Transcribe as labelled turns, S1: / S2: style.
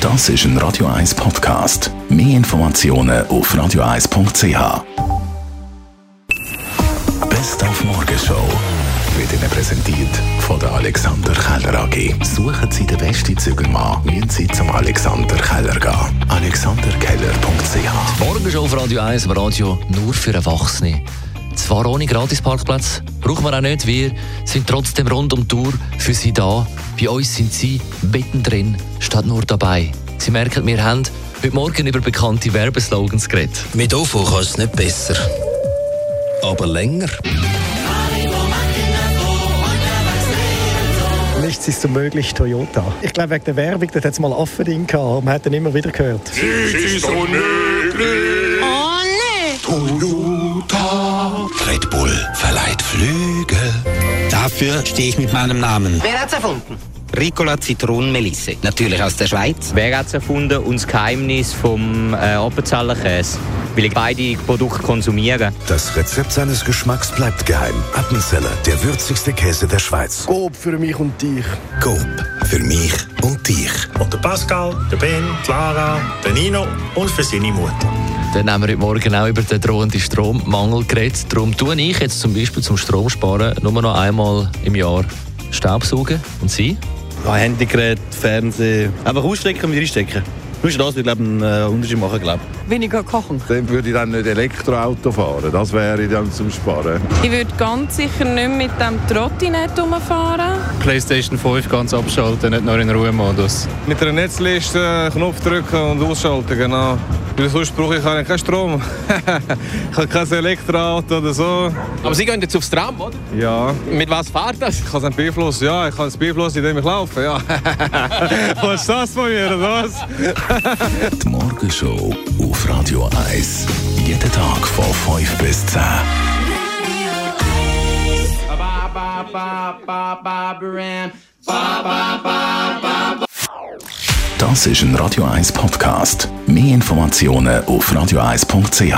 S1: Das ist ein Radio 1 Podcast. Mehr Informationen auf radio1.ch. Best auf Morgenshow wird Ihnen präsentiert von der Alexander Keller AG. Suchen Sie den besten Zügelmann, müssen Sie zum Alexander Keller gehen. AlexanderKeller.ch
S2: Morgen schon auf Radio 1, im Radio nur für Erwachsene. Zwar ohne Gratisparkplätze, brauchen wir auch nicht. Wir sind trotzdem rund um die Tour für Sie da. Bei uns sind Sie mittendrin, statt nur dabei. Sie merken, wir haben heute Morgen über bekannte Werbeslogans geredet.
S3: Mit OVO kannst du es nicht besser. Aber länger.
S4: Nichts ist unmöglich, Toyota. Ich glaube, wegen der Werbung, dort hat es mal Affen drin gehabt. aber Man hat den immer wieder gehört.
S1: Red Bull verleiht Flügel.
S3: Dafür stehe ich mit meinem Namen.
S5: Wer hat's erfunden?
S3: Ricola Zitronenmelisse. Natürlich aus der Schweiz.
S6: Wer hat es erfunden und das Geheimnis vom äh, Appenzellerkäse? Weil ich beide Produkte konsumiere.
S7: Das Rezept seines Geschmacks bleibt geheim. Appenzeller, der würzigste Käse der Schweiz.
S8: Gob für mich und dich.
S7: Coop. Für mich und dich.
S9: Und der Pascal, der Ben, Clara, der Nino und für seine Mutter.
S2: Dann haben wir heute Morgen auch über den drohenden Strommangel geredet. Darum tue ich jetzt zum Beispiel zum Stromsparen nur noch einmal im Jahr Staubsaugen. Und Sie?
S10: Ja, Handygerät, Fernsehen. Einfach ausstecken und wieder einstecken. Nur schon das würde glaub, einen äh, Unterschied machen, glaube
S11: weniger kochen.
S8: Dann würde ich dann nicht Elektroauto fahren. Das wäre dann zum Sparen.
S11: Ich würde ganz sicher nicht mit dem Trottinett rumfahren.
S10: Playstation 5 ganz abschalten, nicht nur in Ruhemodus.
S8: Mit einer Netzliste äh, Knopf drücken und ausschalten, genau. Weil sonst brauche ich keinen Strom. ich habe kein Elektroauto oder so.
S10: Aber Sie gehen jetzt aufs Tram, oder?
S8: Ja,
S10: Mit was fährt das?
S8: ich habe einen Beeinfluss. Ja, ich habe einen Beeinfluss, indem ich laufe. Ja. was ist das von mir, oder was?
S1: Die Morgenshow auf Radio 1. Jeden Tag von 5 bis 10. Das ist ein Radio 1 Podcast. Mehr Informationen auf radio1.ch.